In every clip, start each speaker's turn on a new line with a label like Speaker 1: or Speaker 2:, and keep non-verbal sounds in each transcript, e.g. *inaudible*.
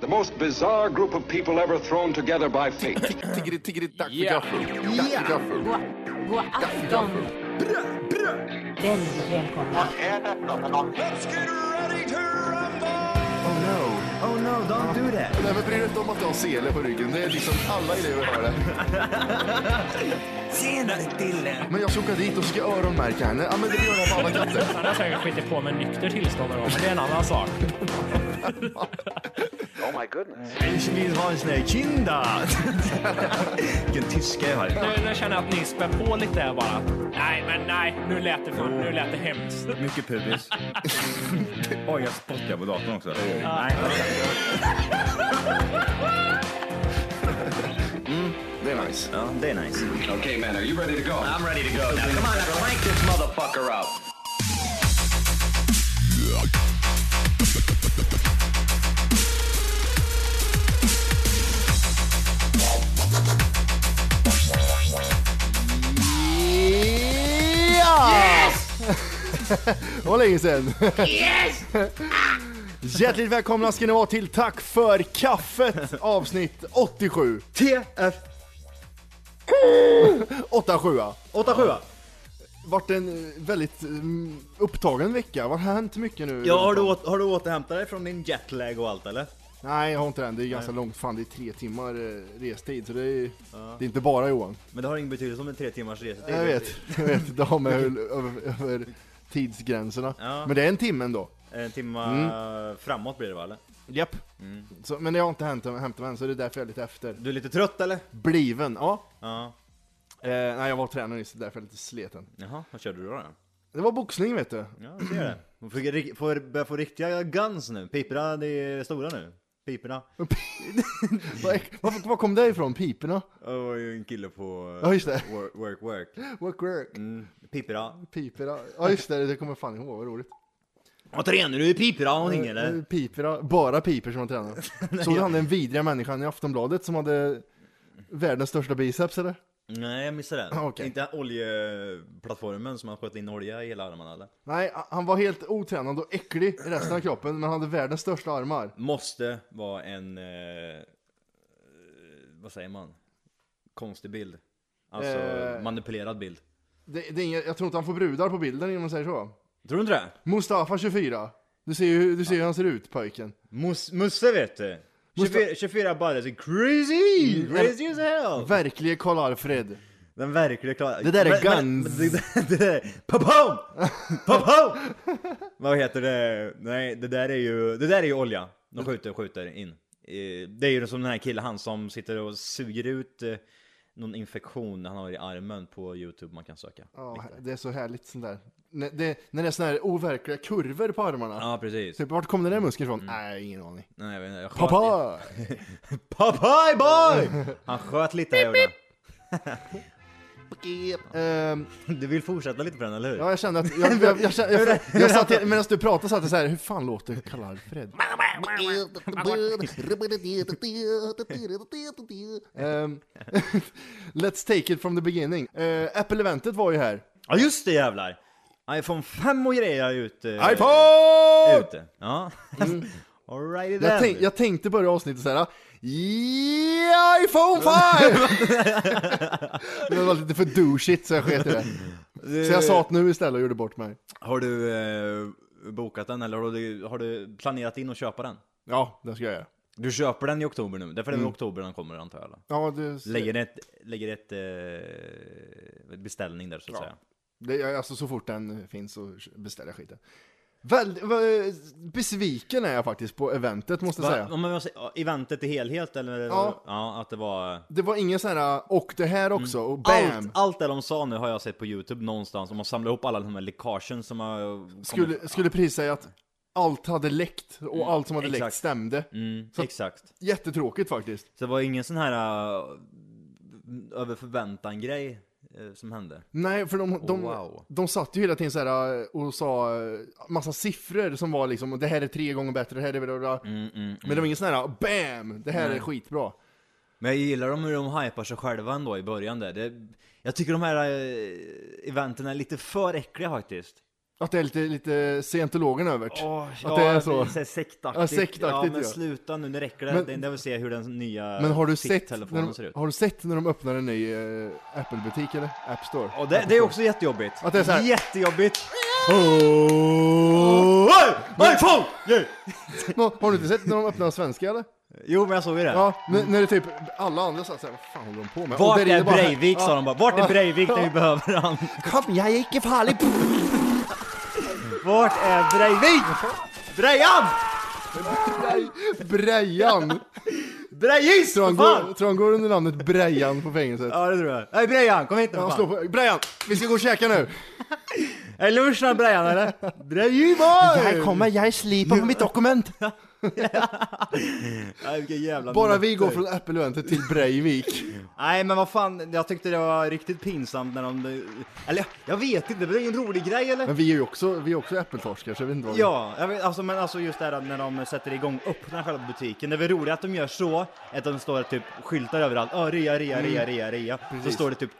Speaker 1: The most bizarre group of people ever thrown together by fate.
Speaker 2: Tiggeri, tiggeri, dack för
Speaker 3: Yeah.
Speaker 2: gaffel. Dack för gaffel.
Speaker 4: God, god afton. Väldigt välkomna.
Speaker 5: Oh no, oh no, don't do that.
Speaker 2: Nej, men bry dig inte om att du har sele på ryggen. Det är liksom alla elever har det.
Speaker 5: Tjena Dille!
Speaker 2: Men jag ska åka dit och ska öronmärka henne. Ja, men det gör jag på alla katter.
Speaker 6: Han har säkert skitit på med nykter tillstånd någon gång, men det är en annan sak.
Speaker 5: Ich vill ha en sån här kinda. Vilken tyska jag har.
Speaker 6: Nu, nu känner jag att ni spär på lite där bara. Nej, men nej, nu lät det, för, nu lät det hemskt.
Speaker 7: Mycket pubis. Oj, jag spottar på datorn också.
Speaker 2: Det är nice.
Speaker 7: Ja, det är nice.
Speaker 1: okay, man, are you ready to go?
Speaker 7: I'm ready to go. Now, come on, now, crank this motherfucker up.
Speaker 2: *laughs* Det var länge sedan. *laughs* Hjärtligt välkomna ska ni vara till Tack för kaffet avsnitt 87.
Speaker 5: TF
Speaker 2: 87
Speaker 5: 87
Speaker 2: Vart en eh, väldigt mm, upptagen vecka. Vad har hänt mycket nu?
Speaker 5: Ja, har du, åt, har du återhämtat dig från din jetlag och allt eller?
Speaker 2: Nej, jag har inte den. Det är ganska långt. Fan, det är tre timmar eh, restid. Så det är, det är inte bara Johan.
Speaker 5: Men det har ingen betydelse om en tre timmars resa.
Speaker 2: Jag vet, jag vet. Det har
Speaker 5: *laughs*
Speaker 2: med hur, över, över tidsgränserna.
Speaker 5: Ja.
Speaker 2: Men det är en timme ändå.
Speaker 5: En timme framåt blir det va eller?
Speaker 2: Japp. Så, men det har inte hänt, hänt mig än, så det är därför jag är lite efter.
Speaker 5: Du är lite trött eller?
Speaker 2: Bliven, ja.
Speaker 5: Ja.
Speaker 2: Eh, nej, jag var tränare nyss, så därför är jag lite sleten.
Speaker 5: Jaha, vad körde du då? då?
Speaker 2: Det var boxning, vet du. *laughs*
Speaker 5: Ja, ser det. Man får, ri- får börja få riktiga guns nu. Piporna, det är stora nu. Piporna.
Speaker 2: Var, var, var kom det ifrån? Piporna?
Speaker 5: Det var ju en kille på
Speaker 2: Ja, just det.
Speaker 5: work, work, work.
Speaker 2: Work, work.
Speaker 5: Mm. Piporna.
Speaker 2: Piporna. Ja, just det. Det kommer jag fan ihåg. Vad roligt.
Speaker 5: Vad tränar du i piporna någonting
Speaker 2: Eh,
Speaker 5: eller?
Speaker 2: Piporna. Bara pipor som man tränar. Såg du han den vidriga människan i Aftonbladet som hade världens största biceps, eller?
Speaker 5: Nej, jag missade *laughs* det.
Speaker 2: Ah, okej.
Speaker 5: Inte oljeplattformen som man sköt in olja i hela armarna eller?
Speaker 2: Nej, han var helt otränad och äcklig i resten av kroppen, men han hade världens största armar.
Speaker 5: Måste vara en... Eh, vad säger man? Konstig bild. Alltså
Speaker 2: Eh.
Speaker 5: manipulerad bild.
Speaker 2: Det, det är inget, jag tror inte han får brudar på bilden, om man säger så.
Speaker 5: Tror du inte det?
Speaker 2: Mustafa 24. Du ser ju hur, du ser hur han ser ut pojken.
Speaker 5: Mus- Musse vet du.
Speaker 2: Musta-
Speaker 5: 24, 24 bara, så crazy!
Speaker 2: Mm,
Speaker 5: Crazy as hell!
Speaker 2: Verklige Karl-Alfred.
Speaker 5: Den verkliga klara...
Speaker 2: Det där är
Speaker 5: men-
Speaker 2: guns.
Speaker 5: men *laughs* det- Det där är... Papom! Papom!
Speaker 2: *laughs*
Speaker 5: Vad heter det? Nej, det där är ju, det där är ju olja. De skjuter och skjuter in. Eh, Det är ju som den här killen, han som sitter och suger ut eh, någon infektion han har i armen på Youtube man kan söka.
Speaker 2: Ja,
Speaker 5: Lite.
Speaker 2: det är så härligt sånt där. När det, när det är såna här overkliga kurvor på armarna.
Speaker 5: Ja, precis.
Speaker 2: Typ, vart kom den där muskeln ifrån? Nej, ingen aning.
Speaker 5: Nej, jag vet inte, jag sköt i-
Speaker 2: Pappa! *laughs*
Speaker 5: Papai boy! Han sköt lite här gjorde
Speaker 2: Ehm,
Speaker 5: han. *laughs* Du vill fortsätta lite på den, eller hur?
Speaker 2: ja, jag kände att... Jag, jag, jag, jag, jag, jag, jag satt, medan du pratade satt jag så här, hur fan låter Karl-Alfred? Ehm, *laughs* let's take it from the beginning. Eh, Apple-eventet var ju här.
Speaker 5: Ja, just det jävlar! iPhone 5 och grejer är ute.
Speaker 2: iPhone!
Speaker 5: är ute. Ja.
Speaker 2: Mm.
Speaker 5: *laughs* Alrighty then.
Speaker 2: Jag, tänk, jag tänkte börja avsnittet såhär yeah, *laughs* iPhone 5! *laughs* Men det var lite för douchigt så jag sket i det. Så jag sa att nu istället och gjorde bort mig.
Speaker 5: Har du eh, bokat den eller har du, har du planerat in att köpa den?
Speaker 2: Ja, det ska jag göra.
Speaker 5: Du köper den i oktober nu, därför är
Speaker 2: Mm.
Speaker 5: det i oktober den kommer antar jag. eller?
Speaker 2: Ja, det,
Speaker 5: Lägger ett, lägger ett eh, beställning där så att säga.
Speaker 2: det, alltså så fort den finns så beställer jag skiten. Väl, vä- besviken är jag faktiskt på eventet måste jag
Speaker 5: Va,
Speaker 2: säga.
Speaker 5: om man säger, ja, eventet i helhet eller?
Speaker 2: Ja.
Speaker 5: att det var...
Speaker 2: Det var ingen sån här och det här också och bam!
Speaker 5: Allt, allt det de sa nu har jag sett på youtube någonstans, om man samlar ihop alla de här läckagen som har... kommit-
Speaker 2: skulle, skulle precis säga att allt hade läckt och allt som hade läckt
Speaker 5: exakt.
Speaker 2: stämde.
Speaker 5: Mm,
Speaker 2: Så-
Speaker 5: Exakt.
Speaker 2: Jättetråkigt faktiskt.
Speaker 5: Så det var ingen sån här uh, över förväntan grej eh, som hände.
Speaker 2: Nej, för de, de,
Speaker 5: Oh, wow.
Speaker 2: de satt ju hela tiden så här eh, och sa eh, massa siffror som var liksom det här är tre gånger bättre, det här är bra, bra.
Speaker 5: Mm,
Speaker 2: Men det var ingen sån här BAM! Det här är skitbra.
Speaker 5: Men jag gillar dem hur de hypar sig själva ändå i början där. Det, jag tycker de här eh, eventen är lite för äckliga faktiskt.
Speaker 2: Att det är lite, lite scientologen övert.
Speaker 5: Åh,
Speaker 2: att
Speaker 5: ja,
Speaker 2: det är så.
Speaker 5: här sektaktigt.
Speaker 2: Ja, sektaktigt,
Speaker 5: ja,
Speaker 2: ja.
Speaker 5: men sluta nu, nu räcker det.
Speaker 2: Men-
Speaker 5: Men, jag vill se hur den nya
Speaker 2: Men har du, sett när
Speaker 5: ficktelefonen
Speaker 2: de,
Speaker 5: ser ut.
Speaker 2: har du sett när de öppnar en ny eh, Apple-butik eller? App Store?
Speaker 5: Och det, det är också jättejobbigt.
Speaker 2: Att det är så här-
Speaker 5: Jättejobbigt! Oh, hey, iPhone! Yeah.
Speaker 2: Men Har du inte sett när de öppnar svenska eller?
Speaker 5: Jo, men jag såg ju det.
Speaker 2: Ja, n- när det typ alla andra satt såhär, vad fan håller de på med?
Speaker 5: Vart
Speaker 2: Och där inne
Speaker 5: är
Speaker 2: bara-
Speaker 5: Breivik?
Speaker 2: Ja.
Speaker 5: sa de bara. Vart är Breivik när vi behöver han?
Speaker 2: Kom, jag är icke farlig!
Speaker 5: Vart är Breivik? Brejan! *laughs*
Speaker 2: Brejan!
Speaker 5: Brejis!
Speaker 2: Tror
Speaker 5: för
Speaker 2: han, går,
Speaker 5: fan!
Speaker 2: tror han går under namnet Brejan på fängelset?
Speaker 5: Ja, det tror jag. Nej, Brejan, kom hit nu
Speaker 2: Ja, Han
Speaker 5: för
Speaker 2: slår
Speaker 5: fan.
Speaker 2: på, Brejan! Vi ska gå och käka nu!
Speaker 5: Är lunchen av
Speaker 2: *laughs*
Speaker 5: Brejan eller? Brejiboy!
Speaker 2: kommer, jag slipar på mitt dokument!
Speaker 5: *laughs* Nej, vilka jävla
Speaker 2: Bara vi
Speaker 5: nötter.
Speaker 2: går från Äppelväntet till Breivik.
Speaker 5: Nej men vad fan, jag tyckte det var riktigt pinsamt när de... Eller jag vet inte, det är ju en rolig grej eller?
Speaker 2: Men vi är ju också, vi är också äppeltorskar så jag vet inte vad
Speaker 5: Ja, jag vet, alltså, men alltså just det här att när de sätter igång, öppnar själva butiken. Det är väl roligt att de gör så, att de står typ skyltar överallt. Ja, rea, rea, rea, rea, rea. Så
Speaker 2: Mm. Precis.
Speaker 5: står det typ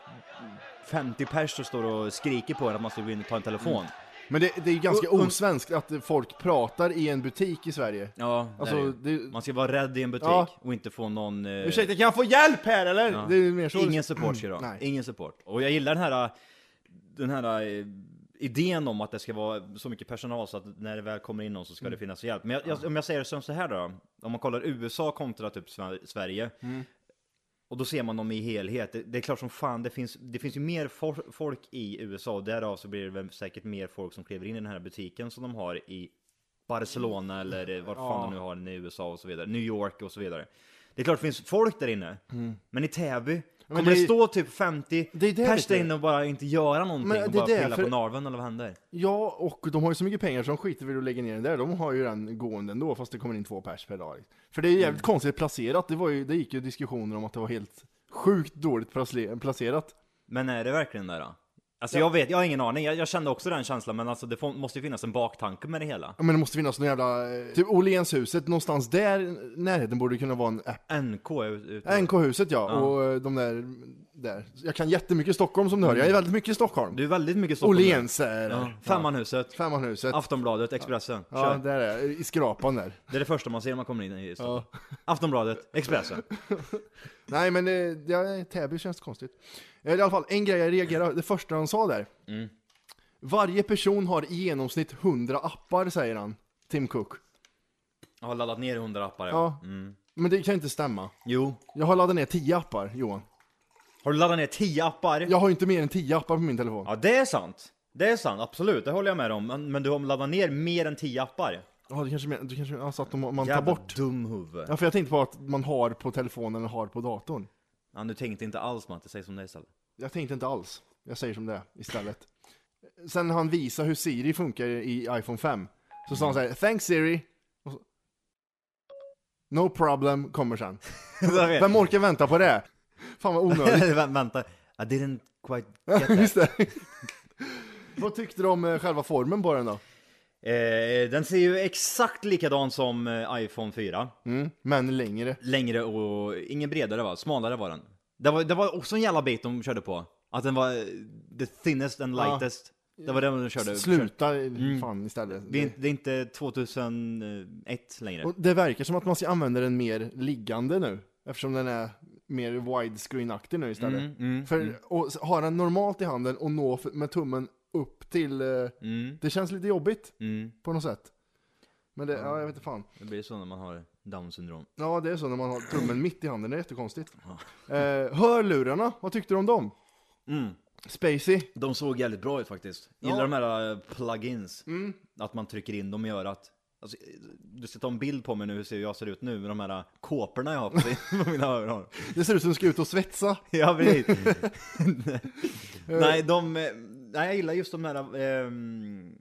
Speaker 5: 50 pers som står och skriker på en att man ska gå in och ta en telefon.
Speaker 2: Men det, det är ju ganska
Speaker 5: Och- och-
Speaker 2: osvenskt att folk pratar i en butik i Sverige.
Speaker 5: Ja, det
Speaker 2: Alltså,
Speaker 5: är det. ju.
Speaker 2: det-
Speaker 5: Man ska vara rädd i en butik
Speaker 2: Ja.
Speaker 5: och inte få någon... eh,
Speaker 2: Ursäkta, kan jag få hjälp här eller? Det är ju mer så.
Speaker 5: Ingen support ska det vara.
Speaker 2: Nej.
Speaker 5: Ingen support. Och jag gillar den här, äh, den här eh, idén om att det ska vara så mycket personal så att när det väl kommer in någon så ska
Speaker 2: Mm.
Speaker 5: det finnas hjälp. Men jag, jag, om jag säger det som så här då, om man kollar USA kontra typ Sve- Sverige, och då ser man dem i helhet. Det, det är klart som fan, det finns, det finns ju mer for, folk i USA och därav så blir det väl säkert mer folk som kliver in i den här butiken som de har i Barcelona
Speaker 2: Mm.
Speaker 5: eller eh, vart fan de nu har den i USA och så vidare. New York och så vidare. Det är klart det finns folk där inne, men i Täby kommer det,
Speaker 2: Mm. det är-
Speaker 5: stå typ 50
Speaker 2: Det är det,
Speaker 5: pers
Speaker 2: vet du.
Speaker 5: där inne och bara inte göra någonting
Speaker 2: Men det
Speaker 5: och
Speaker 2: är
Speaker 5: bara
Speaker 2: det,
Speaker 5: pilla
Speaker 2: för-
Speaker 5: på narven eller vad händer?
Speaker 2: Ja, och de har ju så mycket pengar så de skiter väl i att lägga ner den där. De har ju den gående ändå, fast det kommer in två pers per dag. För det är jävligt konstigt placerat. Det, var ju, det gick ju diskussioner om att det var helt sjukt dåligt place- placerat.
Speaker 5: Men är det verkligen det då? Alltså jag vet, jag har ingen aning, jag, jag kände också den känslan men alltså det får, måste ju finnas en baktanke med det hela.
Speaker 2: Ja, men det måste finnas någon jävla... eh, Typ Åhlénshuset, någonstans där i närheten borde det kunna vara en app.
Speaker 5: NK är ut- ut-
Speaker 2: NK-huset ja, och eh, de där, där. Jag kan jättemycket Stockholm som du hör, jag Mm. är väldigt mycket i Stockholm.
Speaker 5: Du är väldigt mycket Stockholm.
Speaker 2: Åhléns är det.
Speaker 5: Ja. Femmanhuset,
Speaker 2: Femmanhuset.
Speaker 5: Aftonbladet, Expressen.
Speaker 2: Ja,
Speaker 5: Kör.
Speaker 2: där är jag. I skrapan där.
Speaker 5: Det är det första man ser när man kommer in i Stockholm.
Speaker 2: Ja.
Speaker 5: Aftonbladet, Expressen.
Speaker 2: Nej, men det, det, Täby känns konstigt. Eh, I alla fall, en grej jag reagerade det första han sa där. Varje person har i genomsnitt 100 appar, säger han. Tim Cook.
Speaker 5: Jag har laddat ner hundra appar
Speaker 2: Ja. Men det kan inte stämma.
Speaker 5: Jo.
Speaker 2: Jag har laddat ner 10 appar, Johan.
Speaker 5: Har du laddat ner 10 appar?
Speaker 2: Jag har ju inte mer än 10 appar på min telefon.
Speaker 5: Ja, det är sant. Det är sant, absolut. Det håller jag med om. Men, men du har laddat ner mer än 10 appar.
Speaker 2: Ja, du kanske menar, du kanske, alltså att de, man tar
Speaker 5: Jävla
Speaker 2: bort.
Speaker 5: dumhuvud. Ja.
Speaker 2: Ja, för jag tänkte på att man har på telefonen och har på datorn.
Speaker 5: du tänkte inte alls Matte, säg som det är istället.
Speaker 2: Jag tänkte inte alls. Jag säger som det är istället. Sen han visar hur Siri funkar i iPhone 5. Så sa han så här, Thanks Siri. Och så, no problem kommer sen. *laughs* Vem orkar vänta på det? Fan vad onödigt.
Speaker 5: *laughs* Vä- Vänta, I didn't quite get
Speaker 2: Just *laughs*
Speaker 5: that.
Speaker 2: det. vad tyckte du om eh, själva formen på den då?
Speaker 5: eh, den ser ju exakt likadan som eh, iPhone 4.
Speaker 2: Mm, men längre.
Speaker 5: längre och ingen bredare va? Smalare var den. Det var, det var också en jävla bit de körde på. Att den var eh, the thinnest and
Speaker 2: Ja.
Speaker 5: lightest. Det var den de körde.
Speaker 2: Sluta fan istället.
Speaker 5: Mm. Det är, inte- det är inte 2001 längre.
Speaker 2: Och det verkar som att man ska använda den mer liggande nu. Eftersom den är mer widescreen-aktig nu istället.
Speaker 5: Mm, mm,
Speaker 2: För och s- ha den normalt i handen och nå f- med tummen upp till... eh,
Speaker 5: Mm,
Speaker 2: Det känns lite jobbigt
Speaker 5: mm.
Speaker 2: på något sätt. Men det, ja jag vet inte fan.
Speaker 5: Det blir så när man har down syndrom.
Speaker 2: Ja det är så när man har tummen mitt i handen, det är jättekonstigt. Eh, hörlurarna, vad tyckte du om dem?
Speaker 5: Mm.
Speaker 2: Spacey?
Speaker 5: De såg jävligt bra ut faktiskt. Gillar de här eh, plugins.
Speaker 2: Mm.
Speaker 5: Att man trycker in dem i örat. Alltså, eh, du ska ta en bild på mig nu, hur ser jag ser ut nu med de här eh, kåporna jag
Speaker 2: *laughs*
Speaker 5: har på på mina öron.
Speaker 2: Det ser ut som du ska ut och svetsa.
Speaker 5: *laughs* Ja,
Speaker 2: *laughs*
Speaker 5: precis. nej, de, eh, nej, jag gillar just de här... ehm,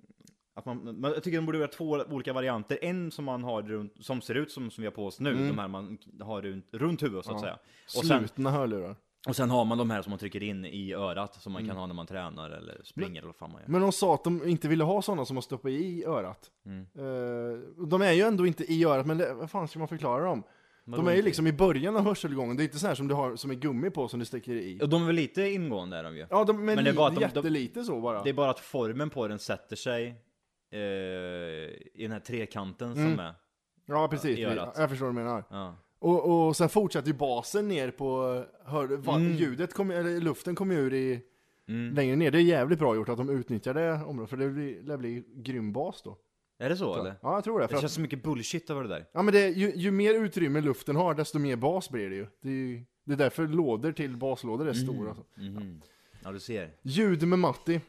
Speaker 5: att man, man, jag tycker de borde göra två olika varianter. En som man har runt, som ser ut som, som vi har på oss
Speaker 2: Mm.
Speaker 5: nu, de här man har runt, runt huvudet så att säga. Och sen,
Speaker 2: Slutna hörlurar.
Speaker 5: och sen har man de här som man trycker in i örat som man kan ha när man tränar eller springer eller vad fan man gör.
Speaker 2: Mm. Men de sa att de inte ville ha sådana som man stoppar
Speaker 5: Mm.
Speaker 2: i örat. Eh, och de är ju ändå inte i örat, men det, vad fan ska man förklara dem? De är ju liksom i början av hörselgången, det är inte så här som du har som är gummi på som du sticker i.
Speaker 5: Ja, de är väl lite ingående är de ju.
Speaker 2: Ja, de, men,
Speaker 5: Men det är
Speaker 2: li-
Speaker 5: bara att de- de-
Speaker 2: jättelite så bara.
Speaker 5: Det är bara att formen på den sätter sig eh, i den här trekanten
Speaker 2: Mm.
Speaker 5: som är.
Speaker 2: ja, precis.
Speaker 5: i örat.
Speaker 2: jag förstår vad du menar.
Speaker 5: Ja.
Speaker 2: Och, och sen fortsätter ju basen ner på, hör, va,
Speaker 5: Mm.
Speaker 2: ljudet kom, eller luften kommer ur i, längre ner. Det är jävligt bra gjort att de utnyttjar det området, för det blir, det blir grym bas då.
Speaker 5: Är det så eller?
Speaker 2: Ja, jag tror det. För
Speaker 5: Det
Speaker 2: att,
Speaker 5: känns så mycket bullshit över det där.
Speaker 2: ja, men det, ju, ju mer utrymme luften har, desto mer bas blir det ju. Det är, ju, det är därför lådor till baslådor är stora.
Speaker 5: Mm.
Speaker 2: Alltså.
Speaker 5: Ja, du ser.
Speaker 2: Ljud med Matti.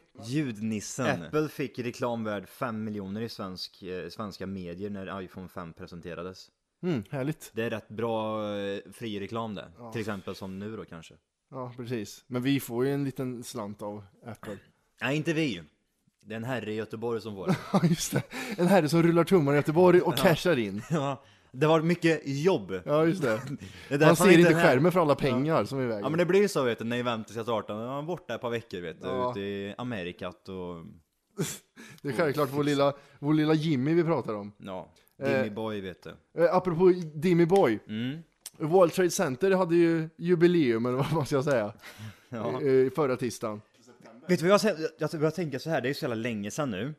Speaker 5: Ljudnissen. Apple fick reklamvärd 5 miljoner i svensk, eh, svenska medier när iPhone 5 presenterades.
Speaker 2: Mm, härligt.
Speaker 5: Det är rätt bra eh, fri reklam där. Till exempel som nu då kanske.
Speaker 2: Ja, precis. Men vi får ju en liten slant av Apple. *laughs*
Speaker 5: Nej, inte vi. Det är en herre i Göteborg som får det.
Speaker 2: Ja, just det. En herre som rullar tummar i Göteborg och cashar in.
Speaker 5: ja, det var mycket jobb.
Speaker 2: Ja, just det.
Speaker 5: Det
Speaker 2: Han
Speaker 5: är *laughs* därför
Speaker 2: ser inte
Speaker 5: är här.
Speaker 2: skärmen för alla pengar som är i vägen.
Speaker 5: Ja men det blir ju så vet du, när eventet ska starta, man är borta ett par veckor vet du,
Speaker 2: Ja.
Speaker 5: ute i Amerikat och
Speaker 2: Det är självklart vår lilla, vår lilla Jimmy vi pratar om.
Speaker 5: ja, Dimmy Boy vet du. Mm.
Speaker 2: Eh, apropå Dimmy Boy. World Trade Center hade ju jubileum, eller vad man ska säga,
Speaker 5: *laughs* Ja.
Speaker 2: eh, förra tisdagen.
Speaker 5: Vet du vad jag, sä- jag börjar tänka så här, det är ju så jävla länge sedan nu.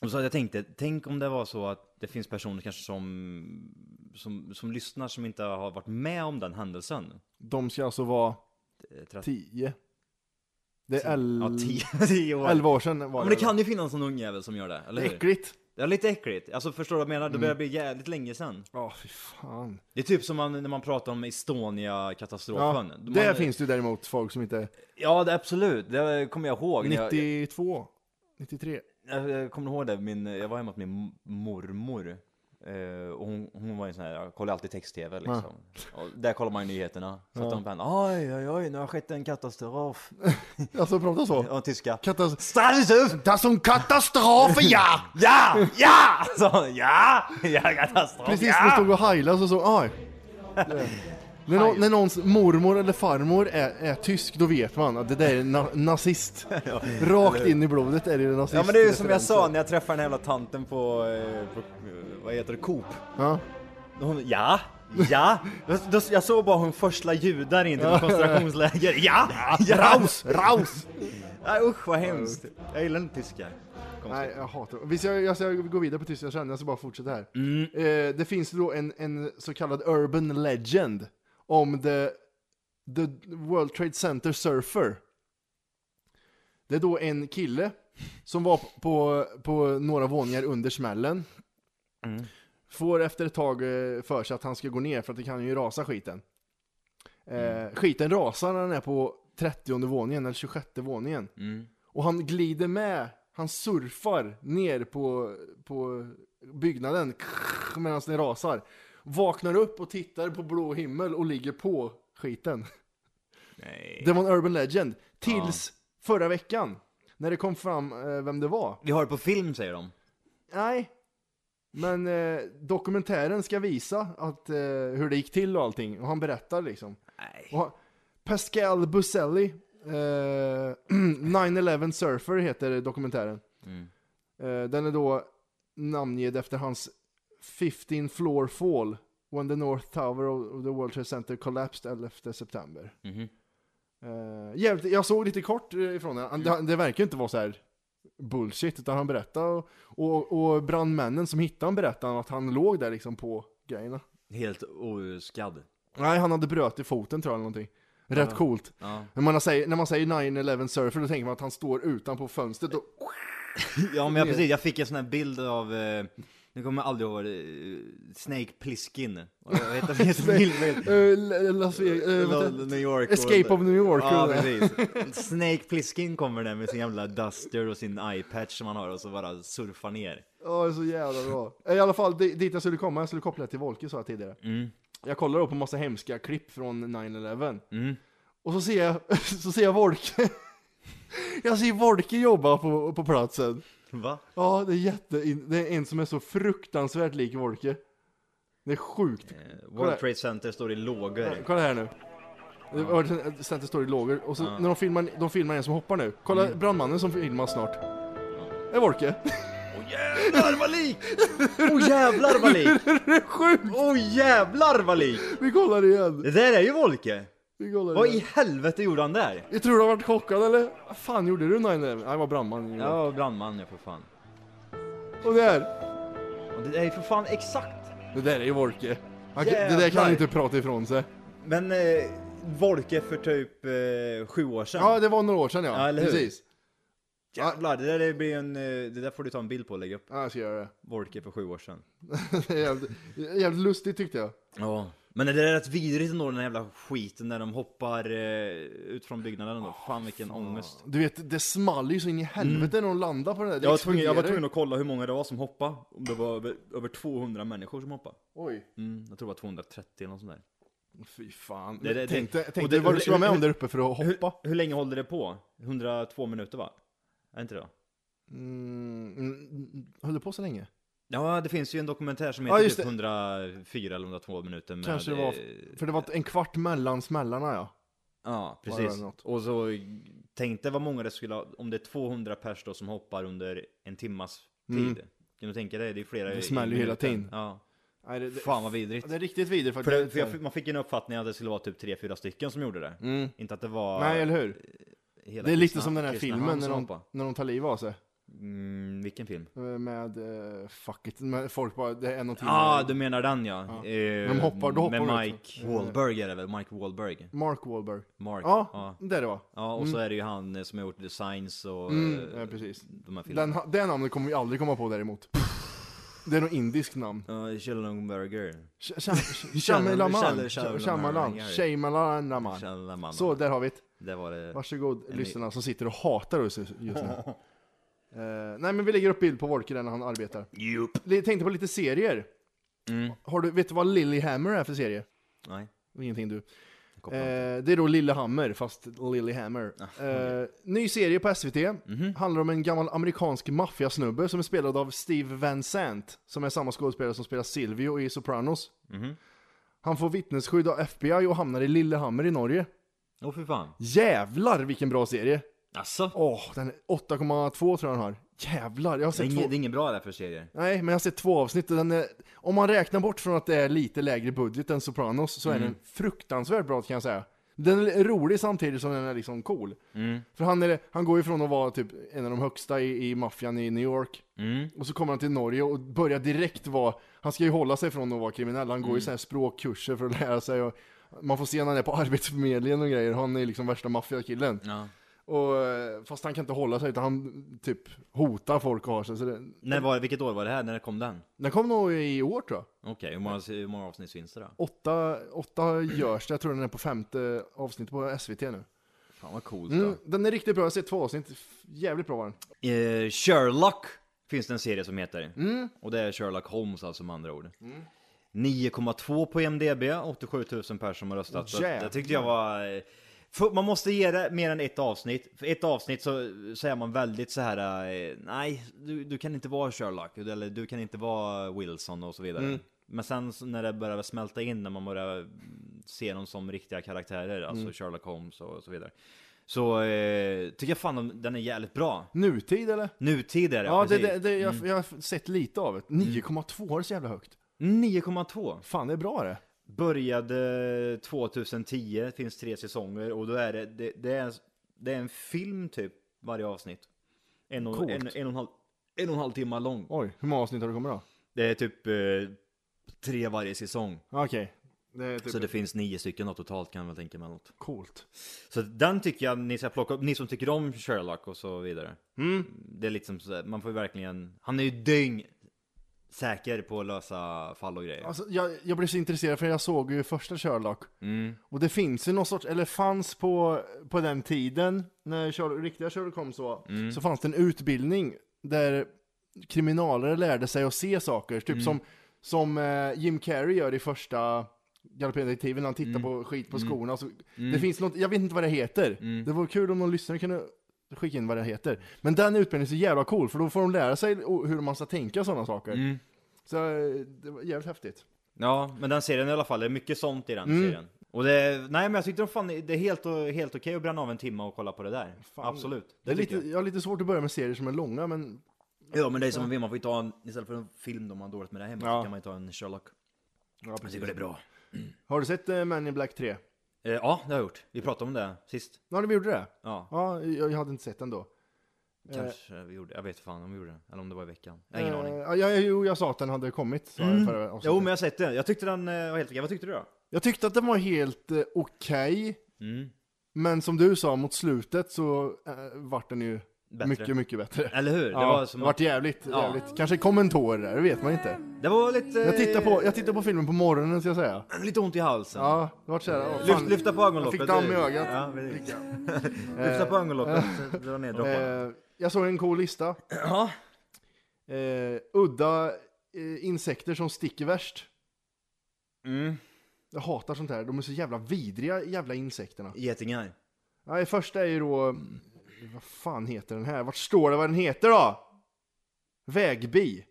Speaker 5: Och så hade jag tänkte, tänk om det var så att det finns personer kanske som, som, som lyssnar som inte har varit med om den händelsen.
Speaker 2: De ska alltså vara
Speaker 5: Eh, tret-
Speaker 2: 10. Det är 11
Speaker 5: Ja, tio, *laughs* tio år. Ja,
Speaker 2: år sedan var
Speaker 5: men det kan ju finnas någon ung jävel som gör det, eller hur?
Speaker 2: Äckligt. Mm.
Speaker 5: Ja, lite äckligt. Alltså förstår du vad jag menar? Det börjar bli jävligt länge sedan.
Speaker 2: Ja, fy fan.
Speaker 5: Det är typ som man, när man pratar om
Speaker 2: Ja,
Speaker 5: Estonia-katastrofen. man,
Speaker 2: det finns det ju däremot folk som inte...
Speaker 5: Ja, det, absolut. Det kommer jag ihåg. när jag-
Speaker 2: 92, 93.
Speaker 5: Jag, Alltså, jag kommer ihåg det. Min, jag var hemma hos min mormor. Eh, och hon, hon var ju sån här, jag kollar alltid text-tv liksom. Och där kollar man ju nyheterna. Så att de bara, oj, oj, oj, nu har skett en katastrof.
Speaker 2: Alltså prata så.
Speaker 5: Och tyska.
Speaker 2: Katas...
Speaker 5: Katastrof!
Speaker 2: Det är som katastrof, ja!
Speaker 5: Ja! Ja! Så, ja! Ja,
Speaker 2: *laughs*
Speaker 5: katastrof!
Speaker 2: Precis när
Speaker 5: ja!
Speaker 2: jag stod och heilade så så, aj. När, nå- när någons mormor eller farmor är, är tysk, då vet man att det där är na-
Speaker 5: *laughs*
Speaker 2: nazist. Rakt in i blodet är det ju nazist.
Speaker 5: Ja men det är ju som jag sa när jag träffade den här jävla tanten på, eh, på eh, vad heter det, Coop.
Speaker 2: Ja.
Speaker 5: Hon, ja,
Speaker 2: *laughs*
Speaker 5: ja. Då- då- Jag såg bara hon första judar in till ett koncentrationsläger. Ja, ja.
Speaker 2: Raus, raus!
Speaker 5: Nej usch vad hemskt. Jag gillar inte tyskar.
Speaker 2: Nej,
Speaker 5: Konstigt.
Speaker 2: jag hatar det. Vi ska, jag ska gå vidare på tyska sen, jag ska bara fortsätta här. Eh, det finns då en, en så kallad urban legend om the, the World Trade Center Surfer. Det är då en kille som var på, på några våningar under smällen. Får efter ett tag eh, för sig att han ska gå ner för att det kan ju rasa skiten. Eh, Skiten rasar när han är på 30 våningen eller 26 våningen. Och han glider med, han surfar ner på, på byggnaden medan den rasar. Vaknar upp och tittar på blå himmel och ligger på skiten.
Speaker 5: Nej.
Speaker 2: Det var en urban legend. Tills förra veckan, när det kom fram eh, vem det var.
Speaker 5: Vi har det på film säger de.
Speaker 2: Nej, men eh, dokumentären ska visa att, eh, hur det gick till och allting. Och han berättar liksom.
Speaker 5: Nej.
Speaker 2: Och han- Pascal Buscelli, eh, *clears throat* 9-11 Surfer heter dokumentären. Eh, den är då namngedd efter hans 15 floor fall when the North Tower of the World Trade Center collapsed 11 september. Eh, jävligt, jag såg lite kort eh, ifrån det. Han- Det, det verkar inte vara så här bullshit, utan han berättade och, och, och brandmännen som hittade han berättade att han låg där liksom på grejerna.
Speaker 5: Helt oskadd.
Speaker 2: Nej, han hade bröt i foten tror jag eller någonting. Rätt coolt.
Speaker 5: Ja.
Speaker 2: När, man säger, när man säger 9-11 surfer då tänker man att han står utanpå fönstret och...
Speaker 5: Ja men jag, precis, jag fick en sån här bild av, eh, nu kommer jag aldrig ihåg, eh, Snake Plissken. Vad heter det? Heter bildbild?
Speaker 2: Eh, L- Las Vegas, eh, vad heter det?
Speaker 5: New York
Speaker 2: Escape of New York.
Speaker 5: Ja,
Speaker 2: och-
Speaker 5: precis. Snake Plissken kommer där med sin jävla duster och sin eyepatch som han har och så bara surfar ner.
Speaker 2: Ja, det är så jävla bra. Eh, I alla fall, di- dit jag skulle komma, jag skulle koppla det till Volke sa jag tidigare.
Speaker 5: Mm.
Speaker 2: Jag kollar upp en massa hemska klipp från 9-11.
Speaker 5: Mm.
Speaker 2: Och så ser jag, *laughs* så ser jag Volke. *laughs* Jag ser Volke jobba på, på platsen.
Speaker 5: Va?
Speaker 2: Ja, det är jätte... Det är en som är så fruktansvärt lik Volke. Det är sjukt. Kolla.
Speaker 5: Eh, World Trade Center står i lågor.
Speaker 2: Kolla här nu. Det var- Center står i lågor och så när
Speaker 5: Mm.
Speaker 2: de filmar, de filmar en som hoppar nu. Kolla brandmannen som filmas snart. Det är Volke.
Speaker 5: Åh jävlar vad lik! Åh jävlar
Speaker 2: *laughs*
Speaker 5: vad lik!
Speaker 2: Sjukt!
Speaker 5: Åh jävlar vad lik!
Speaker 2: *laughs* Vi kollar igen.
Speaker 5: Det där är ju Volke!
Speaker 2: Vi kollar
Speaker 5: Vad i
Speaker 2: igen.
Speaker 5: helvete gjorde han där?
Speaker 2: Jag tror du har varit chockad eller? Vad fan gjorde du 9-11? Jag var brandman. Ja.
Speaker 5: Ja, brandman ja för fan.
Speaker 2: Och där.
Speaker 5: Och det är ju för fan exakt!
Speaker 2: Det där är ju Wolke. Han, det där kan
Speaker 5: Jävlar.
Speaker 2: han inte prata ifrån sig.
Speaker 5: Men eh, Volke för typ eh, sju år sedan.
Speaker 2: Ja, det var några år sedan ja.
Speaker 5: Ja, eller hur?
Speaker 2: Precis.
Speaker 5: Jävlar, det där blir en... eh, Det där får du ta en bild på och lägga upp.
Speaker 2: Ja, jag ska göra det. *laughs*
Speaker 5: Volke för sju år sedan.
Speaker 2: Det är jävligt, jävligt lustigt tyckte jag.
Speaker 5: Ja. Men det där är rätt vidrigt ändå, den här jävla skiten när de hoppar eh, ut från byggnaden ändå. Fan vilken ångest.
Speaker 2: Du vet, det small ju så in i helvete när de landar på det där. Det
Speaker 5: Jag var, tvungen, jag var
Speaker 2: exploderar ju.
Speaker 5: tvungen att kolla hur många det var som hoppade. Om det var över, över 200 människor som hoppade.
Speaker 2: Oj.
Speaker 5: Mm, jag tror det var 230 eller något sånt där.
Speaker 2: Fy fan.
Speaker 5: Det- det-
Speaker 2: tänk
Speaker 5: det-
Speaker 2: dig- tänk
Speaker 5: och
Speaker 2: dig
Speaker 5: det-
Speaker 2: vad du ska vara med om där uppe för att
Speaker 5: Hur,
Speaker 2: hoppa.
Speaker 5: hur länge håller det på? 102 minuter va? Är inte det?
Speaker 2: Mm, mm, höll du på så länge?
Speaker 5: Ja, det finns ju en dokumentär som
Speaker 2: Ja,
Speaker 5: heter
Speaker 2: just
Speaker 5: typ
Speaker 2: det.
Speaker 5: 104 eller 102 minuter med...
Speaker 2: Kanske det var,
Speaker 5: eh,
Speaker 2: för det var en kvart mellan smällarna ja.
Speaker 5: Ja,
Speaker 2: Var det
Speaker 5: precis.
Speaker 2: något?
Speaker 5: Och så tänkte vad många det skulle ha, om det är 200 pers då som hoppar under en timmas tid. Kan du tänka dig? Det är flera
Speaker 2: Mm. Det
Speaker 5: i-
Speaker 2: smäller ju
Speaker 5: i
Speaker 2: hela
Speaker 5: minuten.
Speaker 2: tiden.
Speaker 5: Ja.
Speaker 2: Nej, det, det,
Speaker 5: Fan vad vidrigt.
Speaker 2: det är riktigt vidrigt
Speaker 5: För, det,
Speaker 2: faktiskt.
Speaker 5: för jag, fick- man fick ju en uppfattning att det skulle vara typ 3-4 stycken som gjorde det.
Speaker 2: Mm.
Speaker 5: Inte att det var...
Speaker 2: Nej, eller hur?
Speaker 5: hela
Speaker 2: Det är lite
Speaker 5: Kristna-
Speaker 2: som den här
Speaker 5: Kristinehamn
Speaker 2: filmen när
Speaker 5: som
Speaker 2: de,
Speaker 5: hoppade.
Speaker 2: när de tar livet av sig.
Speaker 5: Mm, vilken film?
Speaker 2: Eh, Med, eh, fuck it, med folk bara, det är en och timme.
Speaker 5: Ja, ah, du menar den ja. Eh,
Speaker 2: De hoppar- då hoppar de
Speaker 5: Med
Speaker 2: ut.
Speaker 5: Mike Wahlberg är det väl? Mike Wahlberg?
Speaker 2: Mark Wahlberg.
Speaker 5: Mark?
Speaker 2: Ja,
Speaker 5: Ja,
Speaker 2: det är det var.
Speaker 5: Ja, och så är det ju han eh, som har gjort Designs och
Speaker 2: Mm,
Speaker 5: eh,
Speaker 2: ja, precis.
Speaker 5: de här filmerna.
Speaker 2: Den, ha- det namnet kommer vi aldrig komma på däremot. Det är nog indiskt namn.
Speaker 5: Ja, Kjell Lundberger.
Speaker 2: *laughs* Sh- sh- Shamalaman.
Speaker 5: Shamalaman.
Speaker 2: Shamalaman. Shamalaman.
Speaker 5: Kjell Laman.
Speaker 2: Så, där har vi det.
Speaker 5: Det var det.
Speaker 2: Varsågod
Speaker 5: En-
Speaker 2: lyssnarna som sitter och hatar oss just nu. *laughs* Eh, nej men vi lägger upp bild på Volker där när han arbetar.
Speaker 5: Jupp.
Speaker 2: Li- Tänkte på lite serier.
Speaker 5: Mm.
Speaker 2: Har du, vet du vad Lilyhammer är för serie?
Speaker 5: Nej.
Speaker 2: Ingenting du.
Speaker 5: jag kopplar inte. Ah,
Speaker 2: Eh, det är då Lillehammer, fast Lilyhammer. Eh, ny serie på SVT.
Speaker 5: Mhm.
Speaker 2: Handlar om en gammal amerikansk maffiasnubbe som är spelad av Steve Van Sant. Som är samma skådespelare som spelar Silvio i Sopranos.
Speaker 5: Mhm.
Speaker 2: Han får vittnesskydd av FBI och hamnar i Lillehammer i Norge.
Speaker 5: Åh fy fan.
Speaker 2: Jävlar vilken bra serie!
Speaker 5: Alltså.
Speaker 2: Åh, den är 8,2 tror jag den har. Jävlar, jag har
Speaker 5: det, är
Speaker 2: sett två...
Speaker 5: inget, det är inget bra där för serier.
Speaker 2: Nej, men jag har sett två avsnitt och den är... Om man räknar bort från att det är lite lägre budget än Sopranos så är den fruktansvärt bra kan jag säga. Den är rolig samtidigt som den är liksom cool. För han, är, han går ju från att vara typ en av de högsta i, i maffian i New York. Och så kommer han till Norge och börjar direkt vara... Han ska ju hålla sig från att vara kriminell. Han går ju sådana här språkkurser för att lära sig. Och man får se när han är på *laughs* Arbetsförmedlingen och grejer. Han är liksom värsta maffiakillen.
Speaker 5: Ja.
Speaker 2: Och, eh, fast han kan inte hålla sig utan han typ hotar folk och har sig. Så det,
Speaker 5: När var, vilket år var det här? När kom den?
Speaker 2: den kom nog i år tror jag.
Speaker 5: Okej, hur, många, hur många avsnitt finns det då?
Speaker 2: Åtta, åtta görs det, jag tror den är på femte avsnittet på SVT nu.
Speaker 5: Fan vad coolt
Speaker 2: Mm,
Speaker 5: då.
Speaker 2: den är riktigt bra, jag har sett två avsnitt. F- Jävligt bra var den.
Speaker 5: Eh, Sherlock finns det en serie som heter. Och det är Sherlock Holmes alltså med andra ord. 9,2 på IMDB, 87 000 personer som har röstat. Så
Speaker 2: Jävlar.
Speaker 5: det tyckte jag var... eh, för- Man måste ge det mer än ett avsnitt. För ett avsnitt så, så är man väldigt så här. eh, nej, du, du kan inte vara Sherlock, eller du kan inte vara Wilson och så vidare. Men sen så när det börjar smälta in, när man börjar se dem som riktiga karaktärer, alltså Sherlock Holmes och så vidare. Så eh, tycker jag fan de- den är jävligt bra.
Speaker 2: Nutid eller?
Speaker 5: Nutid är det,
Speaker 2: Ja, Mm. det,
Speaker 5: precis.
Speaker 2: det, det, jag, jag har sett lite av det. 9,2 är så jävla högt.
Speaker 5: 9,2.
Speaker 2: Fan, det är bra det.
Speaker 5: Började 2010, det finns tre säsonger och då är det, det, det, är, det är en film typ varje avsnitt. En och,
Speaker 2: Coolt.
Speaker 5: en, en och en halv en och en halv timme lång.
Speaker 2: Oj, hur många avsnitt har det kommit då?
Speaker 5: Det är typ eh, tre varje säsong.
Speaker 2: Okej. Det är typ
Speaker 5: Så det finns nio stycken då, totalt kan jag väl tänka mig. Något.
Speaker 2: coolt.
Speaker 5: Så den tycker jag ni ska plocka upp, ni som tycker om Sherlock och så vidare.
Speaker 2: Mm.
Speaker 5: Det är liksom sådär, man får ju verkligen, han är ju dyng säker på att lösa fall och grejer.
Speaker 2: Alltså, jag, jag blev så intresserad för jag såg ju första Sherlock. Och det finns ju någon sorts, eller fanns på, på den tiden, när Sherlock, riktiga Sherlock kom så, så fanns det en utbildning där kriminalare lärde sig att se saker. Typ som, som eh, Jim Carrey gör i första Galopperdetektiven, när han tittar på skit på skorna. Så, Det finns något, jag vet inte vad det heter. Det vore kul om någon lyssnare kunde skicka in vad det heter. Men den utbildningen är så jävla cool, för då får de lära sig o- hur man ska tänka och sådana saker. Så eh, det var jävligt häftigt.
Speaker 5: Ja, men den serien i alla fall, det är mycket sånt i den
Speaker 2: Mm.
Speaker 5: serien. Och det, nej men jag tyckte de fan, det är helt, helt okej att bränna av en timme och kolla på det där. Absolut.
Speaker 2: Det är
Speaker 5: tycker
Speaker 2: lite, jag har lite svårt att börja med serier som är långa, men
Speaker 5: Ja men det är som en film, man får ju ta en, istället för en film om man har dåligt med det hemma
Speaker 2: Ja.
Speaker 5: så kan man ju ta en Sherlock.
Speaker 2: Ja,
Speaker 5: Jag
Speaker 2: precis.
Speaker 5: tycker det är bra.
Speaker 2: Har du sett eh, Men in Black 3?
Speaker 5: Eh, ja, det har jag gjort. Vi pratade om det sist.
Speaker 2: Ja, vi gjorde det.
Speaker 5: Ja,
Speaker 2: Ja, jag jag hade inte sett den då.
Speaker 5: kanske vi gjorde Jag vet fan om vi gjorde det. Eller om det var i veckan. Jag har ingen aning. Mm.
Speaker 2: Eh, Ja, ja, jo, jag sa att den hade kommit. sa jag i förra avsnittet.
Speaker 5: Jo men jag har sett den. Jag tyckte den eh, var helt okej. Vad tyckte du då?
Speaker 2: Jag tyckte att den var helt eh, okej.
Speaker 5: Mm.
Speaker 2: Men som du sa, mot slutet så eh, vart den ju
Speaker 5: Bättre.
Speaker 2: mycket, mycket bättre.
Speaker 5: Eller
Speaker 2: *laughs*
Speaker 5: hur?
Speaker 2: Ja,
Speaker 5: det var som
Speaker 2: vart jävligt,
Speaker 5: Ja.
Speaker 2: jävligt. Kanske kommentarer där, det vet man inte.
Speaker 5: Det var lite...
Speaker 2: Jag tittar på, jag tittar på filmen på morgonen ska jag säga.
Speaker 5: Lite ont i halsen.
Speaker 2: Ja, det vart såhär, åh, fan.
Speaker 5: Lyft, lyfta på ögonlocket.
Speaker 2: Jag fick damm i
Speaker 5: Det-
Speaker 2: ögat.
Speaker 5: Ja, precis.
Speaker 2: *laughs*
Speaker 5: lyfta på ögonlocket. Dra ner dropparna.
Speaker 2: Eh, jag såg en cool lista.
Speaker 5: Ja.
Speaker 2: Eh, udda eh, insekter som sticker värst.
Speaker 5: Mm.
Speaker 2: Jag hatar sånt här, de är så jävla vidriga jävla insekterna.
Speaker 5: Getingar.
Speaker 2: Nej, första är ju då... mm, Vad fan heter den här? Vart står det vad den heter då? Vägbi.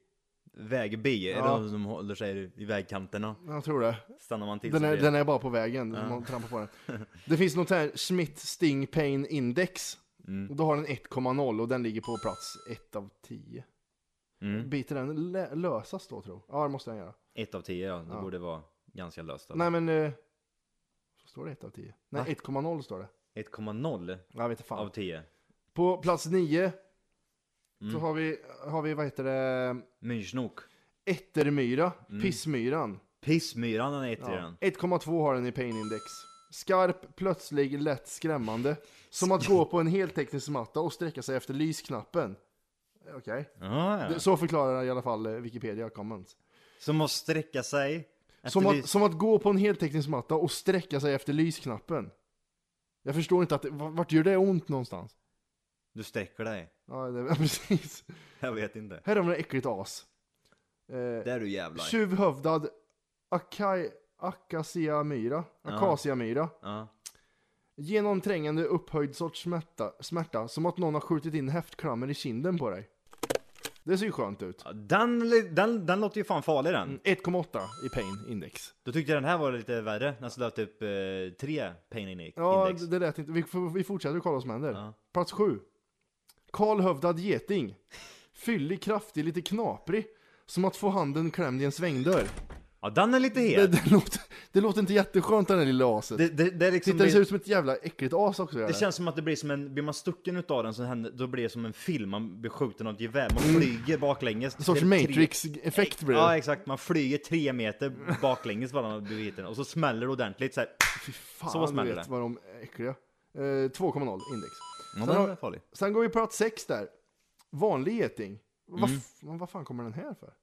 Speaker 5: Vägbi. Är
Speaker 2: Ja.
Speaker 5: det de som håller sig i vägkanterna?
Speaker 2: Jag tror det.
Speaker 5: Stannar man till
Speaker 2: Den
Speaker 5: så
Speaker 2: är,
Speaker 5: blir-
Speaker 2: den är bara på vägen, man trampar på den. Det finns något här Smith Sting Pain Index. Och då har den 1,0 och den ligger på plats 1 av 10.
Speaker 5: Mm.
Speaker 2: Biter den lä- lösas då tror jag? Ja, det måste den göra.
Speaker 5: Ett av tio, ja. Det
Speaker 2: Ja.
Speaker 5: borde vara ganska löst. eller?
Speaker 2: Nej men... Eh, står det 1 av 10? Nej, 1,0 står det.
Speaker 5: 1,0
Speaker 2: Jag vet inte fan.
Speaker 5: av 10.
Speaker 2: På plats 9
Speaker 5: Mm.
Speaker 2: så har vi, har vi, vad heter det,
Speaker 5: Myrsnok.
Speaker 2: Ättermyra,
Speaker 5: Mm.
Speaker 2: Pissmyran.
Speaker 5: Pissmyran den heter
Speaker 2: Ja.
Speaker 5: den.
Speaker 2: 1,2 har den i pain index. Skarp, plötslig, lätt skrämmande. Som att gå på en heltäckningsmatta och sträcka sig efter lysknappen. Eh, Okej.
Speaker 5: Ah, ja.
Speaker 2: Det- Så förklarar i alla fall eh, Wikipedia Commons.
Speaker 5: Som att sträcka sig. efter
Speaker 2: Som att,
Speaker 5: lys-
Speaker 2: som att gå på en heltäckningsmatta och sträcka sig efter lysknappen. Jag förstår inte att det, va- vart gör det ont någonstans?
Speaker 5: Du sträcker dig.
Speaker 2: Ja, det, ja *laughs* precis.
Speaker 5: Jag vet inte.
Speaker 2: Här har vi ett äckligt as. Eh,
Speaker 5: Där du jävlar.
Speaker 2: Tjuvhövdad Akai... Akasiamyra. Akasiamyra.
Speaker 5: Ja.
Speaker 2: Genomträngande upphöjd sorts smärta, smärta, som att någon har skjutit in häftklammer i kinden på dig. Det ser ju skönt ut.
Speaker 5: Ja, Den, li- den, den låter ju fan farlig den.
Speaker 2: Mm. 1,8 i pain index.
Speaker 5: Då tyckte jag den här var lite värre. Den slöt typ eh, tre pain in
Speaker 2: Ja,
Speaker 5: index.
Speaker 2: det- det lät inte. Vi, får- vi fortsätter att kolla vad som händer.
Speaker 5: Ja.
Speaker 2: Plats 7. Kalhövdad geting. Fyllig, kraftig, lite knaprig. Som att få handen klämd i en svängdörr.
Speaker 5: Ja, den är lite
Speaker 2: Det,
Speaker 5: het.
Speaker 2: det, låter, det låter inte jätteskönt det där lilla aset.
Speaker 5: Det, det, det, är liksom
Speaker 2: Titta, det ser
Speaker 5: blir,
Speaker 2: ut som ett jävla äckligt as också. gör
Speaker 5: det
Speaker 2: Det
Speaker 5: känns som att det blir som en, blir man stucken utav den så händer, då blir det som en film, man blir skjuten av ett gevär, man flyger baklänges.
Speaker 2: Mm. en sorts
Speaker 5: Tre-
Speaker 2: matrix-effekt blir
Speaker 5: Ja
Speaker 2: det.
Speaker 5: exakt, man flyger tre meter baklänges bara när man blir hiten och så smäller det ordentligt så här.
Speaker 2: Fy fan,
Speaker 5: Så vad
Speaker 2: du
Speaker 5: smäller
Speaker 2: vet
Speaker 5: det?
Speaker 2: vad de är äckliga. Eh, 2,0 index.
Speaker 5: Ja,
Speaker 2: den
Speaker 5: den
Speaker 2: är
Speaker 5: är farlig.
Speaker 2: Sen går vi på plats 6 där. Vanlig geting. Vad f- men vad fan kommer den här för?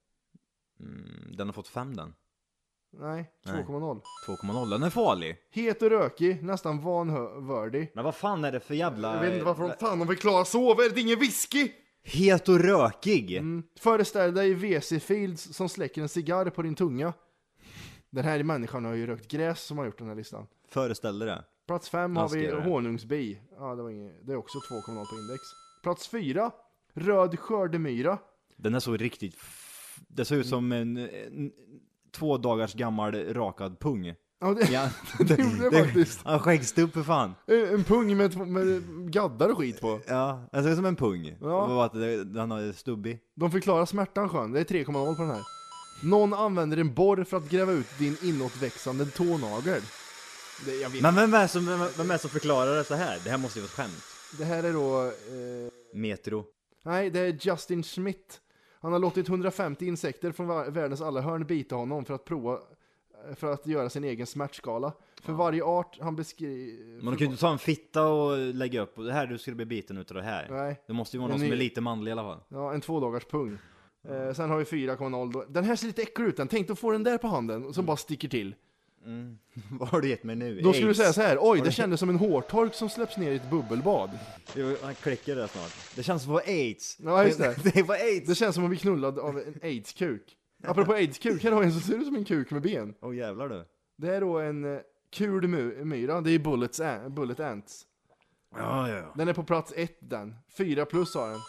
Speaker 5: Mm, den har fått fem den.
Speaker 2: Nej,
Speaker 5: Nej.
Speaker 2: 2,0.
Speaker 5: 2,0, den är farlig.
Speaker 2: Het och rökig, nästan vanvördig.
Speaker 5: Men vad fan är det för jävla...
Speaker 2: Jag vet inte varför de fan de förklarar så, vad är det ingen whisky?
Speaker 5: Het och rökig!
Speaker 2: Mm. Föreställ dig WC Fields som släcker en cigarr på din tunga. Den här människan har ju rökt gräs som har gjort den här listan.
Speaker 5: Föreställ dig det.
Speaker 2: Plats 5 har vi
Speaker 5: Askare.
Speaker 2: honungsbi. Ja, det, var inget, det är också 2,0 på index. Plats 4, röd skördemyra.
Speaker 5: Den är så riktigt... f- Det ser ut som en, en två dagars gammal rakad pung.
Speaker 2: Ja, det,
Speaker 5: Ja,
Speaker 2: gjorde det faktiskt.
Speaker 5: Ja, skäggstubb för fan.
Speaker 2: *laughs* En pung med, två- med gaddar och skit på.
Speaker 5: Ja, den ser ut som en pung.
Speaker 2: Ja.
Speaker 5: Och att det- Den är stubbig.
Speaker 2: De förklarar smärtan skön, det är 3,0 på den här. Någon använder en borr för att gräva ut din inåtväxande tånagel. Det, jag vet.
Speaker 5: Men vem är det som, vem, vem är det som förklarar det så här? Det här måste ju vara ett skämt.
Speaker 2: det här är då... Eh,
Speaker 5: Metro.
Speaker 2: nej, det är Justin Schmidt. Han har låtit 150 insekter från va- världens alla hörn bita honom för att prova eh, för att göra sin egen smärtskala. För varje art han beskriver...
Speaker 5: Men de kan ju inte ta en fitta och lägga upp. Och det här, du skulle bli biten utav det här.
Speaker 2: Nej.
Speaker 5: Det måste ju vara
Speaker 2: Men
Speaker 5: någon som
Speaker 2: ni-
Speaker 5: är lite manlig i alla fall. *laughs*
Speaker 2: Ja, en tvådagars pung. Eh, sen har vi 4,0 då. Den här ser lite äcklig ut den. Tänk att få den där på handen som bara sticker till.
Speaker 5: Vad har du gett mig nu?
Speaker 2: Då skulle du
Speaker 5: Aids.
Speaker 2: säga så här, oj det kändes som en hårtork som släpps ner i ett bubbelbad.
Speaker 5: Jo, Han klickar det snart. Det känns som att vara aids.
Speaker 2: Ja, just det.
Speaker 5: *laughs* det var aids.
Speaker 2: Det känns som att bli knullad av en aids-kuk. Apropå aids-kuk, här har vi en som ser ut som en kuk med ben.
Speaker 5: Åh jävlar du.
Speaker 2: Det är då en eh, kul my- myra, det är bullets an- bullet ants.
Speaker 5: Ja, ja, ja.
Speaker 2: Den är på plats ett den, fyra plus har den.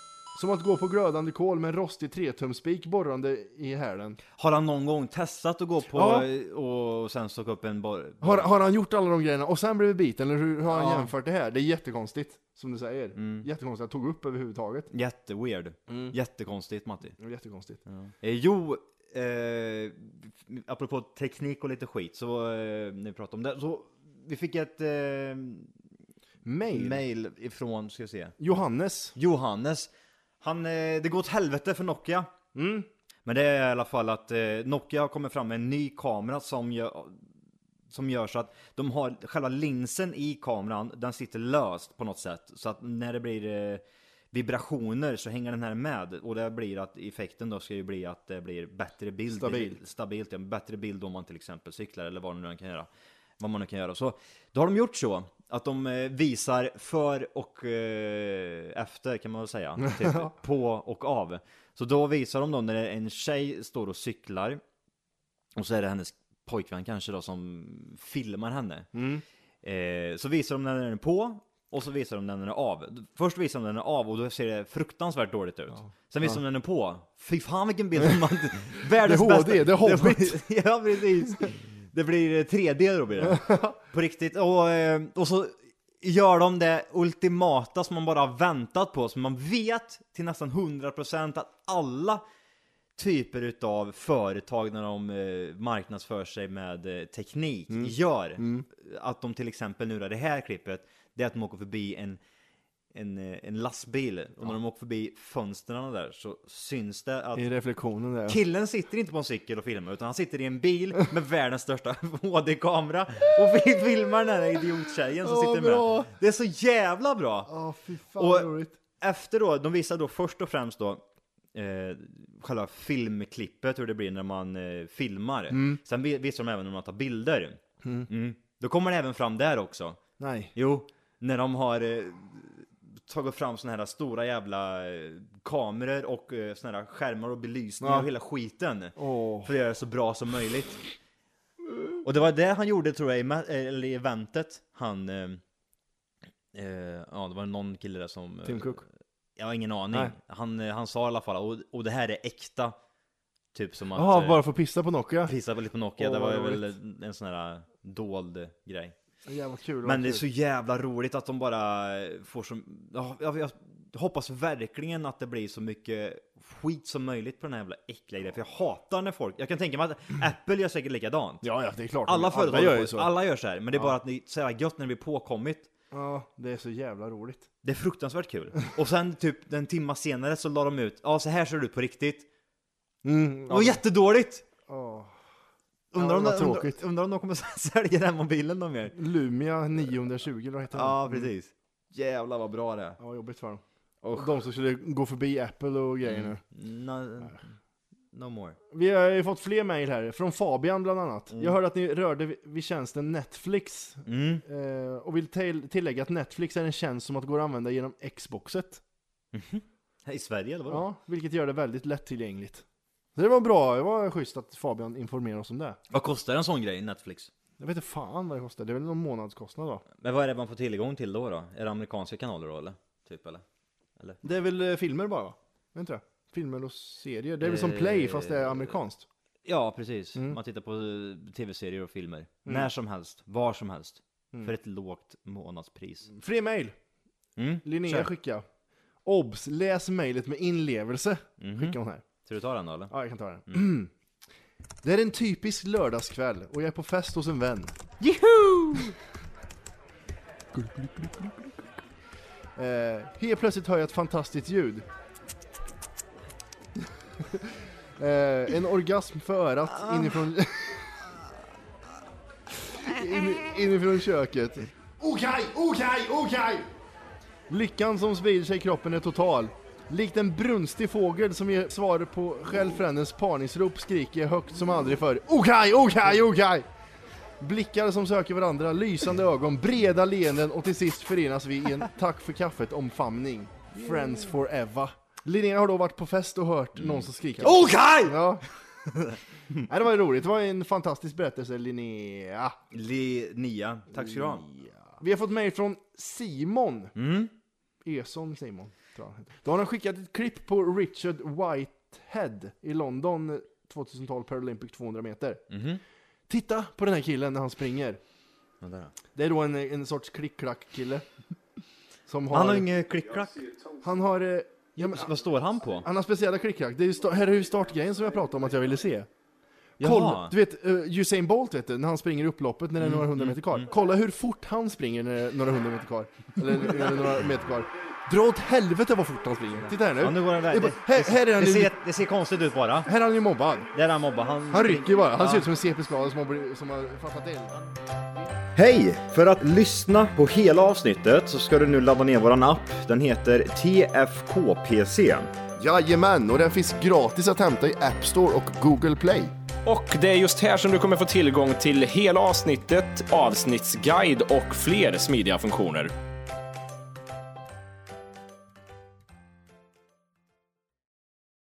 Speaker 2: Som att gå på glödande kol med en rostig tretumspik borrande i hälen.
Speaker 5: Har han någon gång testat att gå på
Speaker 2: Ja.
Speaker 5: och och sen stod upp en boll.
Speaker 2: Har, har han gjort alla de grejerna och sen blivit biten? Eller hur hur har han
Speaker 5: Ja. Mm.
Speaker 2: jämfört det här? Det är jättekonstigt, som du säger. Jättekonstigt att jag tog upp överhuvudtaget.
Speaker 5: Jätteweird.
Speaker 2: Mm.
Speaker 5: Jättekonstigt Matti.
Speaker 2: Det var Jättekonstigt.
Speaker 5: Eh, jo, eh, apropå teknik och lite skit, så eh, när vi pratade om det, så vi fick ett eh,
Speaker 2: Mail.
Speaker 5: mail ifrån, ska jag se,
Speaker 2: Johannes.
Speaker 5: Johannes. Han, eh, det går åt helvete för Nokia.
Speaker 2: Mm.
Speaker 5: Men det är i alla fall att eh, Nokia har kommit fram med en ny kamera som gör, som gör så att de har själva linsen i kameran, den sitter löst på något sätt. Så att när det blir eh, vibrationer så hänger den här med och det blir att effekten då ska ju bli att det blir bättre bild.
Speaker 2: Stabil.
Speaker 5: Stabilt, ja, bättre bild om man till exempel cyklar eller vad man nu kan göra. Vad man nu kan göra. Så då har de gjort så att de eh, visar för och eh, efter kan man väl säga. Typ, på och av. Så då visar de då när det är en tjej står och cyklar och så är det hennes pojkvän kanske då som filmar henne.
Speaker 2: Mm.
Speaker 5: Eh, så visar de när den är på och så visar de när den är av. Först visar de när den är av och då ser det fruktansvärt dåligt ut. Sen visar de när den är på. Fy fan vilken
Speaker 2: *laughs*
Speaker 5: bild! som Man, världens
Speaker 2: Det är HD,
Speaker 5: bästa.
Speaker 2: det är Hobbit.
Speaker 5: blir- *laughs* ja precis. Det blir eh, 3D då blir
Speaker 2: *laughs*
Speaker 5: det. På riktigt. Och, eh, och så gör de det ultimata som man bara har väntat på. Som man vet till nästan 100% att alla typer utav företag när de eh, marknadsför sig med eh, teknik
Speaker 2: Mm.
Speaker 5: gör. Att de till exempel nu då, det här klippet, det är att de åker förbi en, en, eh, en lastbil och när de åker förbi fönstren där så syns det att
Speaker 2: I reflektionen där.
Speaker 5: Killen sitter inte på en cykel och filmar utan han sitter i en bil
Speaker 2: *laughs*
Speaker 5: med världens största *laughs* HD-kamera och vi filmar den här idiottjejen som
Speaker 2: Åh,
Speaker 5: sitter med.
Speaker 2: bra.
Speaker 5: Det är så jävla bra!
Speaker 2: Ja, fy fan
Speaker 5: Och-
Speaker 2: vad roligt.
Speaker 5: Efter då, de visar då först och främst då eh, själva filmklippet, hur det blir när man eh, filmar.
Speaker 2: Mm.
Speaker 5: Sen vi- visar de även när man tar bilder. Mm. Då kommer det även fram där också.
Speaker 2: Nej.
Speaker 5: Jo, när de har eh, tagit fram såna här stora jävla eh, kameror och eh, såna här skärmar och belysning
Speaker 2: Ja.
Speaker 5: och hela skiten.
Speaker 2: Åh.
Speaker 5: För att göra det så bra som möjligt. Och det var det han gjorde tror jag i, ma- eller i eventet. Han... Eh, eh, ja, det var någon kille där som... eh,
Speaker 2: Tim Cook.
Speaker 5: Jag har ingen aning.
Speaker 2: Nej.
Speaker 5: Han, eh, han sa i alla fall, och, och det här är äkta. Typ som att...
Speaker 2: Jaha,
Speaker 5: eh,
Speaker 2: bara för att pissa på Nokia.
Speaker 5: Pissa lite på Nokia,
Speaker 2: Åh,
Speaker 5: det var
Speaker 2: vad
Speaker 5: väl en sån här eh, dold grej.
Speaker 2: Jävla kul. vad
Speaker 5: Men det är
Speaker 2: kul.
Speaker 5: så jävla roligt att de bara eh, får så... Ja, jag, jag hoppas verkligen att det blir så mycket skit som möjligt på den här jävla äckliga grejen. För jag hatar när folk... Jag kan tänka mig att Apple gör säkert likadant.
Speaker 2: Mm. Ja, ja, det är klart.
Speaker 5: Alla företag
Speaker 2: gör ju så.
Speaker 5: Alla gör så här. Men det är bara att det är så jävla gött när det blir påkommit.
Speaker 2: Ja, det är så jävla roligt.
Speaker 5: Det är
Speaker 2: *laughs*
Speaker 5: fruktansvärt kul. Och sen typ en timma senare så la de ut, ja så här ser det ut på riktigt.
Speaker 2: Mm,
Speaker 5: Det var jättedåligt!
Speaker 2: ja.
Speaker 5: Undrar
Speaker 2: Ja,
Speaker 5: om,
Speaker 2: vad
Speaker 5: de- undrar,
Speaker 2: tråkigt.
Speaker 5: undrar om de kommer *laughs* sälja den mobilen de gör.
Speaker 2: Lumia 920 eller vad heter den?
Speaker 5: Ja, precis. Jävlar vad bra det är.
Speaker 2: Ja, jobbigt för dem. De som skulle gå förbi Apple och grejer nu.
Speaker 5: No, no more.
Speaker 2: Vi har ju fått fler mejl här, från Fabian bland annat. Jag hörde att ni rörde vid- vid tjänsten Netflix
Speaker 5: Mm.
Speaker 2: eh, och vill till- tillägga att Netflix är en tjänst som att går att använda genom Xboxet.
Speaker 5: Här I Sverige eller vadå?
Speaker 2: Ja, vilket gör det väldigt lättillgängligt. Så det var bra, det var schysst att Fabian informerade oss om det.
Speaker 5: Vad kostar en sån grej i Netflix?
Speaker 2: Jag vet inte fan vad det kostar, det är väl någon månadskostnad då?
Speaker 5: Men vad är det man får tillgång till då? då? Är det amerikanska kanaler då eller? Typ eller?
Speaker 2: Det är väl eh, filmer bara? va? Vet inte det? Filmer och serier. Det är väl som Play fast det är amerikanskt.
Speaker 5: Ja, precis. Man tittar på eh, tv-serier och filmer. När som helst, var som helst. För ett lågt månadspris.
Speaker 2: Fler mejl!
Speaker 5: Mm.
Speaker 2: Linnea
Speaker 5: kör.
Speaker 2: skickar. Obs! Läs mejlet med inlevelse. Skickar hon här.
Speaker 5: Ska du ta den då eller?
Speaker 2: Ja, jag kan ta den. *clears throat* Det är en typisk lördagskväll och jag är på fest hos en vän. Juhu! *laughs* eh, helt plötsligt hör jag ett fantastiskt ljud. *laughs* eh, en orgasm för örat inifrån... *laughs* In, inifrån köket. Okej, okej, okej! Lyckan som sprider sig i kroppen är total. Likt en brunstig fågel som ger svar på självfrändens parningsrop skriker jag högt som aldrig förr. Okej, okej, okej! Blickar som söker varandra, lysande ögon, breda leenden och till sist förenas vi i en tack för kaffet-omfamning. Friends forever. Linnea har då varit på fest och hört någon som skriker.
Speaker 5: Okej!
Speaker 2: Ja. *laughs* Nej, det var ju roligt. Det var en fantastisk berättelse, Linnea.
Speaker 5: Linnea, tack ska du ha.
Speaker 2: Vi har fått mejl från Simon.
Speaker 5: Mm.
Speaker 2: Eson Simon, tror jag han heter. Då har han skickat ett klipp på
Speaker 5: Mhm.
Speaker 2: Richard Whitehead i London 2012 Paralympic 200 meter. Titta på den här killen när han springer.
Speaker 5: Vänta då.
Speaker 2: Det är då en, en sorts klick-klack-kille. Som har...
Speaker 5: Han har ingen klick-klack.
Speaker 2: Han har... eh, Ja, men,
Speaker 5: Vad står han på?
Speaker 2: han har speciella klick-klack. Det är ju sta- här är ju startgrejen som jag pratade om att jag ville se. Kolla,
Speaker 5: Jaha.
Speaker 2: du vet eh, Usain Bolt vet du, när han springer i upploppet när det är några
Speaker 5: Mm,
Speaker 2: hundra meter kvar. Kolla hur fort han springer när det är några hundra meter kvar. Eller eh, när det är några meter kvar. Dra åt helvete vad fort han springer. Titta här nu.
Speaker 5: Ja, nu går den
Speaker 2: Det är
Speaker 5: där.
Speaker 2: bara-
Speaker 5: Det,
Speaker 2: här, här är han
Speaker 5: det,
Speaker 2: ju,
Speaker 5: ser, det ser konstigt ut bara.
Speaker 2: här är han ju mobbad.
Speaker 5: Där är han mobbar. Han,
Speaker 2: Han rycker ju bara. Han
Speaker 5: Ja.
Speaker 2: ser ut som en CP-skadad som har, bli- som har fattat eld.
Speaker 5: Hej! För att lyssna på hela avsnittet så ska du nu ladda ner våran app. Den heter TFKPC.
Speaker 2: Jajamän, och den finns gratis att hämta i App Store och Google Play.
Speaker 3: Och det är just här som du kommer få tillgång till hela avsnittet, avsnittsguide och fler smidiga funktioner.